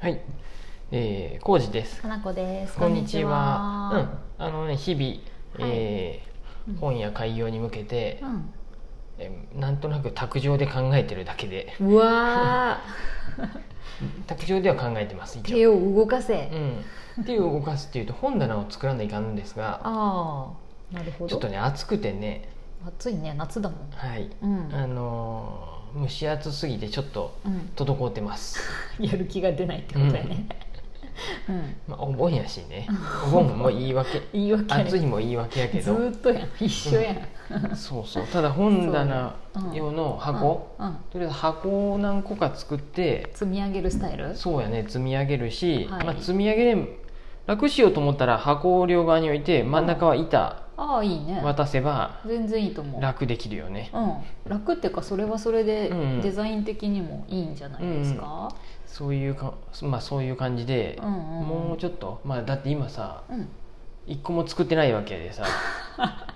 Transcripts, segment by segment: はい、えー、康二です。花子です。こんにちは。うん、あのね、日々、えーうん本や開業に向けて、こんにちえーなんとなく卓上で考えてるだけで、は。うん。うわ卓上では考えてます。ー、一応。手を動かうせ。ん、手を動かすっていうと本棚を作らないかんのですが、ああ、なるほど。ちょっとね暑くてね、暑いね、夏だもん。はい、うん。あのー蒸し暑すぎてちょっとうん、滞ってます。やる気が出ないってことだよね。うん。まあお盆やし ね、お盆も言い訳、言い訳やね暑いも言い訳やけずど、ーっとやん。一緒やん。そうそう。ただ本棚そうね用の箱。うん。うんとりあえず箱を何個か作って積み上げるスタイル。そうやね積み上げるし、はいまあ、積み上げれ楽しようと思ったら箱を両側に置いて真ん中は板ああ、いいね。渡せば全然いいと思う。楽できるよね、うん、楽っていうかそれはそれでうんデザイン的にもいいんじゃないですか、そういうか、まあ、そういう感じで、うんうんうんもうちょっと、まあ、だって今さうん一個も作ってないわけでさ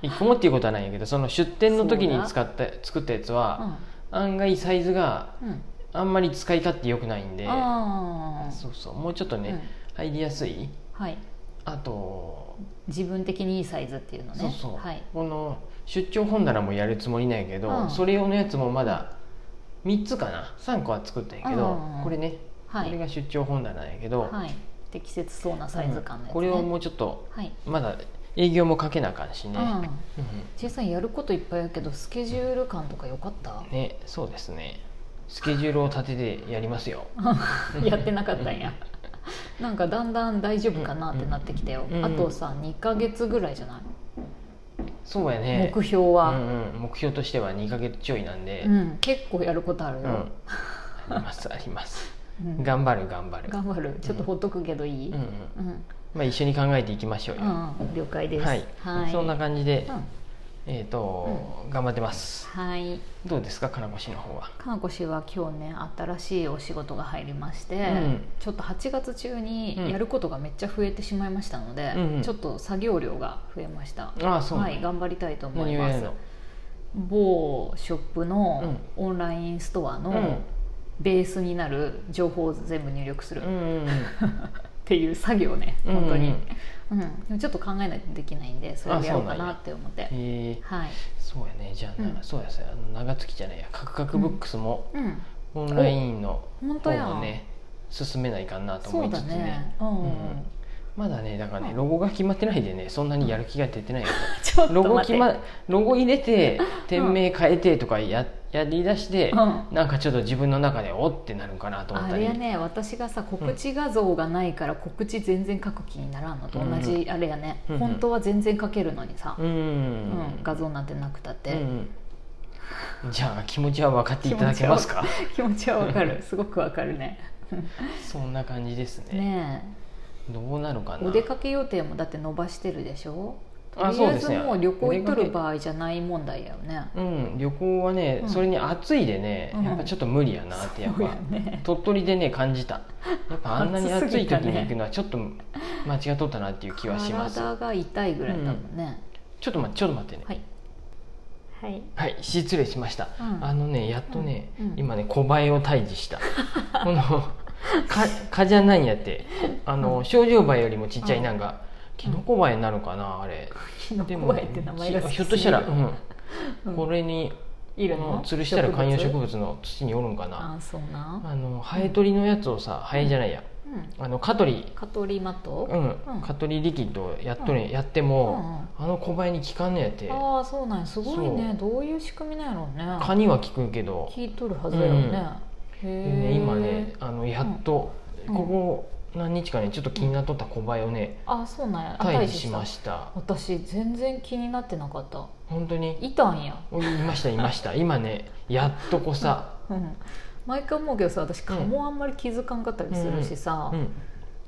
一個もっていうことはないんやけどその出店の時に使った作ったやつは、案外サイズがうんうんあんまり使い勝手良くないんでああそうそうもうちょっとね、入りやすいうん、はいあと自分的にいいサイズっていうのねそうそう、はい、この出張本棚もやるつもりなんやけど、うんそれ用のやつもまだ3つかな3個は作ったんやけど、うんこれね、はいこれが出張本棚なんやけど、はい、適切そうなサイズ感のやつ、ねこれをもうちょっとはい、まだ営業もかけなあかんしね、うんうん J さんやることいっぱいやけどスケジュール感とか良 かった、ねそうですねスケジュールを立ててやりますよ やってなかったんやなんかだんだん大丈夫かなってなってきたよ、うんあとさ2ヶ月ぐらいじゃない、そうやね目標うは、んうん、目標としては2ヶ月ちょいなんで、うん結構やることあるうよん、、ありますありますうん頑張る頑張る、頑張るちょっとほっとくけどいい、うんうんうんまあ、一緒に考えていきましょうよ、うん了解ですはい、そんな感じで、うんえっ、と、頑張ってます。はいどうですか、金越の方は。かなこ氏は今日ね新しいお仕事が入りまして、うんちょっと8月中うんにやることがめっちゃ増えてしまいましたので、うんうんちょっと作業量が増えました、ああ、そう。はい、頑張りたいと思何いをやまるすの。某ショップのオンラインストアうのん。ベースになる情報を全部入力するっうん。ていう作業ね、うん本当にうん、うんでもちょっと考えないとできないんでそれをやろうかなって思ってえー、はい、そうやね、じゃあ、なうんそうやさ、あの長月じゃないや、カクカクブックスも。うん、オンラインのお本当や方をね、進めないかなとそ思いうつだつね。ね、うんうんまだね、だからね、うんロゴが決まってないでね、そんなにやる気が出てないよ。 ちょっロとゴ決待ってま、ロゴ入れて、店名変えてとかや、やりだして。うんなんかちょっと自分の中でおってなるかなと思っあたれりやね私がさ告知画像がないから告知全然書く気にならんのと同じあれやね、うんうん本当は全然書けるのにさう、ん、うん画像なんてなくたって、うんうんじゃあ気持ちは分かっていただけます か 気持ちはわかるすごくわかるねそんな感じですねねどうなるかえなお出かけ予定もだって伸ばしてるでしょとありそうあえですずねもう旅行行っとお出かける場合じゃない問題やよねうん旅行はね、うんそれに暑いでねうんやっぱちょっと無理やなってやっぱ、そうやね鳥取でね感じたやっぱあんなに暑す暑いぎた時ねに行くのはちょっと間違っとったなっていう気はします体が痛いぐらいだもんね、ちょっと待ってちょっと待ってねはいはいはい、失礼しました、うんあのねやっとね、うんうん今ね小映えを退治した この蚊蚊じゃないんやってあの症状映えよりもちっちゃいなんか、キノコ映えなのかなあれキノコバエって名前が好きひひょっとしたら、うんうんこれにいるこのの吊るしたら観葉植物物の土におるんかなあそうなん、あのハエ取りのやつをさハエじゃないや、うんあの蚊取りカトリマット、うん、蚊取りリキッドやっとね、やっても、あの小映えに効かんのやってああそうなんやすごいそねどういう仕組みなんやろうね蚊には効くけど聞いとるはずやろね、でへねえ今ねあのやっと、うんここ何日かねちょっと気になっとった小林をねあそうなんやあ退治しまししたた私全然気になってなかった本当にいたんや、おいましたいました今ねやっとこさ、うん、毎回思うけどさ私蚊もあんまり気づかんかったりするしさ、うん、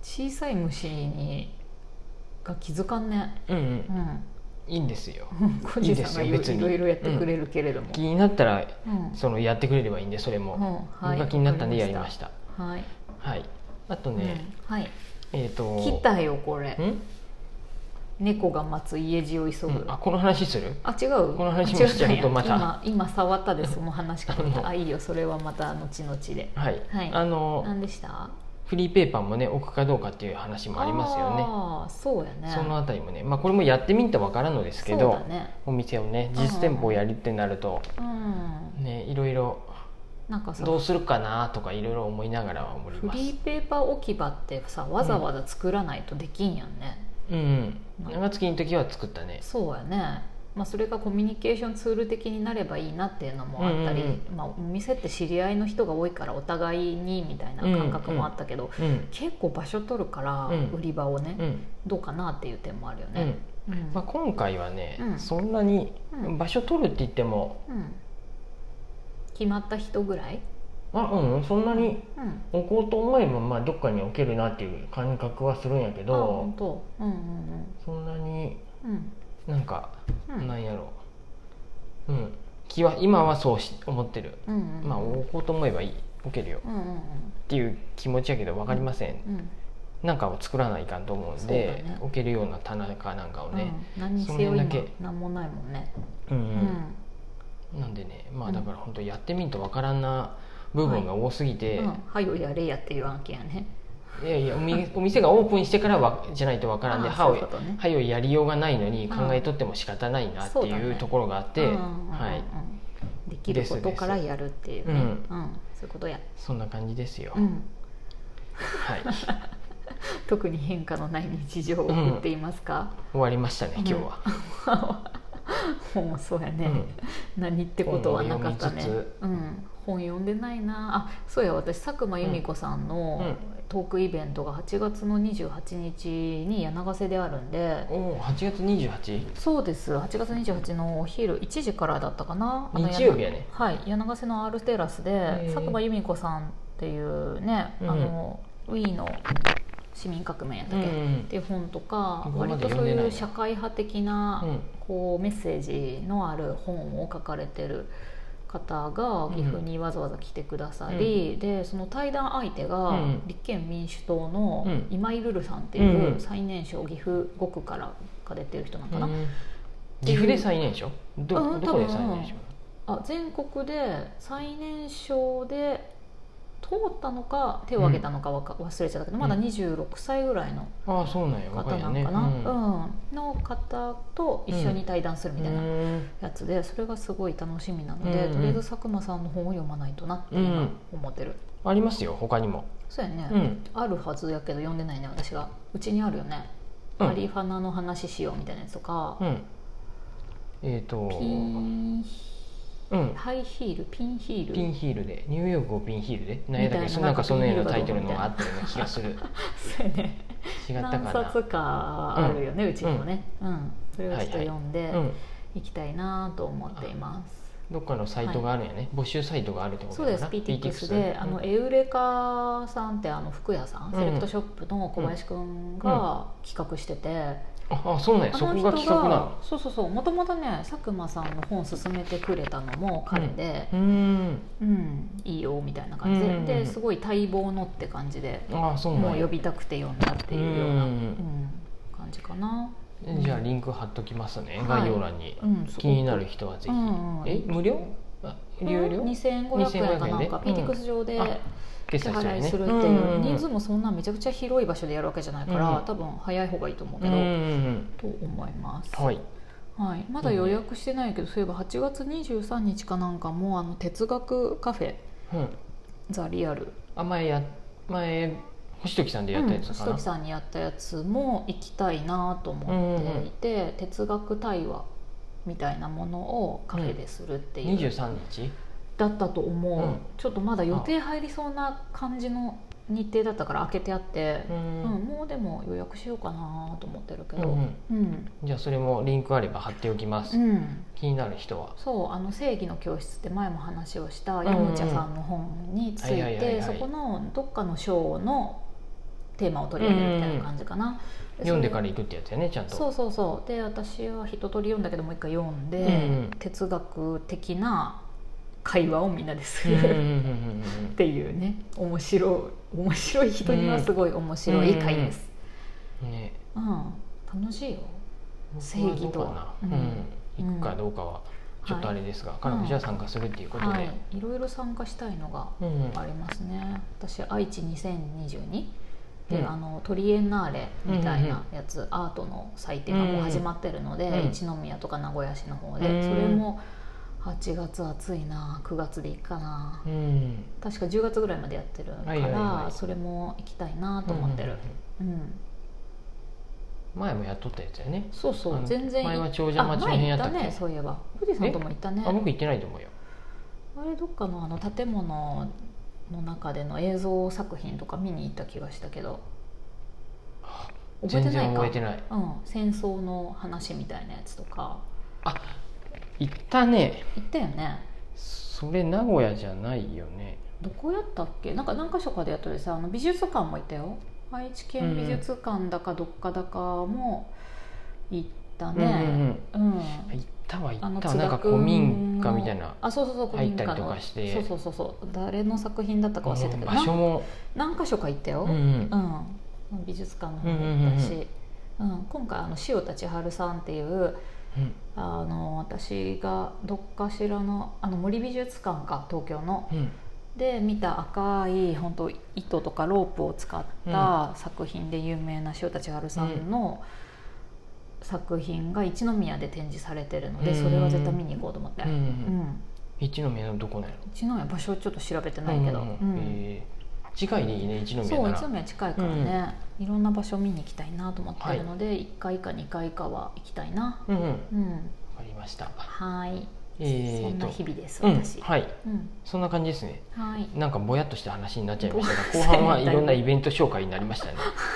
小さい虫にが気づかんねうんううんんいいんですよ小路さんがいいいでろすよ別にいろいろやってくれるけれども、気になったらうんそのやってくれればいいんでそれうも、んは僕い、が気になったんでやりましたたはい、はいあとね、うんはいえっ、と来たよこれん、猫が待つ家路を急ぐ、うん、あこの話するあ違うこの話も違うしちゃうとまた今今 触ったでその話かと思っあたのあいいよそれはまた後々ではい、はいあの何でしたフリーペーパーもね置くかどうかっていう話もありますよねあーそうやねそのあたりもね、まあ、これもやってみんとわからんのですけそうど、だねお店をね実店舗をやるってなると、うんね、いろいろなんかさどうするかなとかいろいろ思いながらは思いフますリーペーパー置き場ってさわざわざ作らないとできんやんね、うんうん長月の時は作ったねそうやねまあ、それがコミュニケーションツール的になればいいなっていうのもあったり、うんうんまあ、お店って知り合いの人が多いからお互いにみたいな感覚もあったけど、うん結構場所取るからうん売り場をね、うんどうかなっていう点もあるようねん、うんまあ、今回はね、うんそんなにうん場所取るって言っても、うん決まった人ぐらい、あうんそんなにうん、置こうと思えば、まあ、どっかに置けるなっていう感覚はするんやけあど本当うんうんそんなにうんうんなんか、うんなんやろう、うん、気は今はそうし思ってる、うんうんまあ置こうと思えばいい置けるよっうんうんていう気持ちやけど分かりません、うんうんなんかを作らないかんと思うんそうだで、ね置けるような棚かなんかをね、うん、何にせそよの辺だ今け何もないもんね、うんううんんなんでねまうあんだから本当やってみんと分からんな部分が多すぎて、うん、はよやれやっていう案件やねいやいやおみ お店がオープンしてからはじゃないとわからんであー歯そうをいうことね歯をやりようがないのにうん考えとっても仕方ないなってそうだいねうところがあって、うんうんうんはい、できることからやるっていうね、ですうでんすそういうことや、そんな感じですよ、うん、はい特に変化のない日常を送っていますか、終わりましたね今日は、もうそうやね、うん何ってことはなかったね本を読みつつうん、本読んでないなあそうや私佐久間由美子さんのトークイベントが8月の28日に柳瀬であるんでおお8月 28? そうです8月28日のお昼1時からだったかなあの日曜日やねはい、柳瀬の R テラスへでー佐久間由美子さんっていうね、うんあのウィーンの市民革命やったうっんけ、うっんていう本とか今ま割でと読そんうでないいなう社会派的な、うんこうメッセージのある本を書かれてる方が岐阜にわざわざ来てくださり、でその対談相手うがんうん立憲民主党のうん今井ルルさんってうんいううん最年少岐阜5区からが出てる人なのかな、うん岐阜で最年少どうんどこで多分最年少あ全国で最年少で通ったのか手を挙げたのかわか忘れちゃったけど、まだうん26歳ぐらいのああそうなんや方若いなよのねかな、うんうんの方と一緒に対談するみたいなうんやつでそれがすごい楽しみなので、うんとりあえず佐久間さんの本を読まないとなって今思ってる、ありますよ他にも、そうやね、うんあるはずやけど読んでないね私がうちにあるよね、うんマリファナの話しようみたいなやつとか、うん、えっ、とピンうんハイヒールピンヒールピンヒールでニューヨークをピンヒールで何やだっみたいけななんかそのようなタイトルピンのがヒールがあどったような気が するそうやね違った何か冊なかあるよね、うちにもね、うんそれをちょっと読んでうんいきたいなと思っています、どっかのサイトがあるんやね、募集サイトがあるってことそうですかな PTX で、あのエウレカさんってあの服屋さん、うんセレクトショップの小林くんが企画してて、ああそうなんやあそのこ人が企画ながのそうそうそうもともとね佐久間さんの本勧めてくれたのも彼で、うーんうんいいよみたいな感じで,、うんうんうんですごい待望のって感じで、ああそうなもんうや呼びたくて呼んだっていうような、うんうん感じかな。じゃあリンク貼っときますね、はい概要欄に、うん、すごく気になる人はぜひ、うんうんえ無料あ有料、 2500円かなんか2500円で PTX 上であ決済す支る払いねするっていううん人数もそんなめちゃくちゃ広い場所でやるわけじゃないかうんうらん多分早い方がいいと思ううけんうどんと思いますうんはいはいまだ予約してないけどそういえば8月23日かなんかもあの哲学カフェうんザ・リアルあ前や前星時さんでやったやつかうんな、星時さんにやったやつも行きたいなと思っていて、哲学対話みたいなものをカフェでするっていう、 23日だったと思う、うんちょっとまだ予定入りそうな感じの日程だったから開けてあって、ううんんもうでも予約しようかなと思ってるけうどんうんうん、じゃあそれもリンクあれば貼っておきます、うん気になる人はそうあの正義の教室って前も話をしんたうんヤムチャさんの本についはいはいはいはていそこのどっかの章のテーマを取り上げるみたいな感じかな、読んでからら行くってやつやねちゃんとそうそうそうで私は一通り読んだけどもう一回読んで、うんうん哲学的な会話をみんなですうんる、うんう んうんっていうね面白い面白い人にはすごい面白い回です、うんうんねうん楽しいよ正義と僕はどうかな、うんうん行くかどうかはちょっとあれですが、彼女は参加するっていうことで、はい、いろいろ参加したいのがうんうんありますね私愛知2022で、うんあのトリエンナーレみたいなやつ、アートの祭典がもう始まってるので、うん一宮とか名古屋市の方で、うんそれも8月暑いな9月でいいかなうん、確か10月ぐらいまでやってるから、はいはいはいそれも行きたいなと思ってる、うん前もやっとったやつやねそうそあうの全然い前は長者町の辺やったっあけ前行ねそういえば富士山とも行ったねあ僕行ってないと思うよあれどっかのあの建物の中での映像作品とか見に行った気がしたけど全覚えてない然か覚えてないうん、戦争の話みたいなやつとか行ったね行ったよねそれ名古屋じゃないよねどこやったっけなんか何か所かでやったりさあの美術館も行ったよ愛知県美術館だかどっかだかも行ったうんねうん、うんうん、行ったわあ行のった津わなん田か君古民家みたいなあそうそうそう古入っ民た家りとのかしてそうそうそうそう誰の作品だったか忘れたけど場所も、なん何か所か行ったよ、うんうんうん、美術館の方も行ったし、うん今回あの塩田千春さんっていううんあの私がどっかしらのあの森美術館か東京のうんで見た赤い本当糸とかロープを使った作品で有名な塩田千春さんの作品が一宮で展示されてるので、うんそれは絶対見に行こうと思って、うんううんん、一宮のどこなんやろ一宮場所ちょっと調べてないけど、うんうんうんえー近いでいいね一宮そうなら一宮近いからね、いろんな場所見に行きたいなと思ってるので、一1回か2回かは行きたいなうんうんわうんかりましたはい、えーとそんな日々ですうん私、はいうんそんな感じですねはいなんかぼやっとした話になっちゃいましたがぼ後やっと半はいろんなイベント紹介になりましたね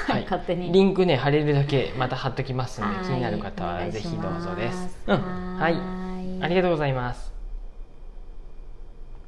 はい 勝手にリンクね貼れるだけまた貼っときますのはいで気になる方お願はいしぜひどうぞです、うますん、はいはーいありがとうございます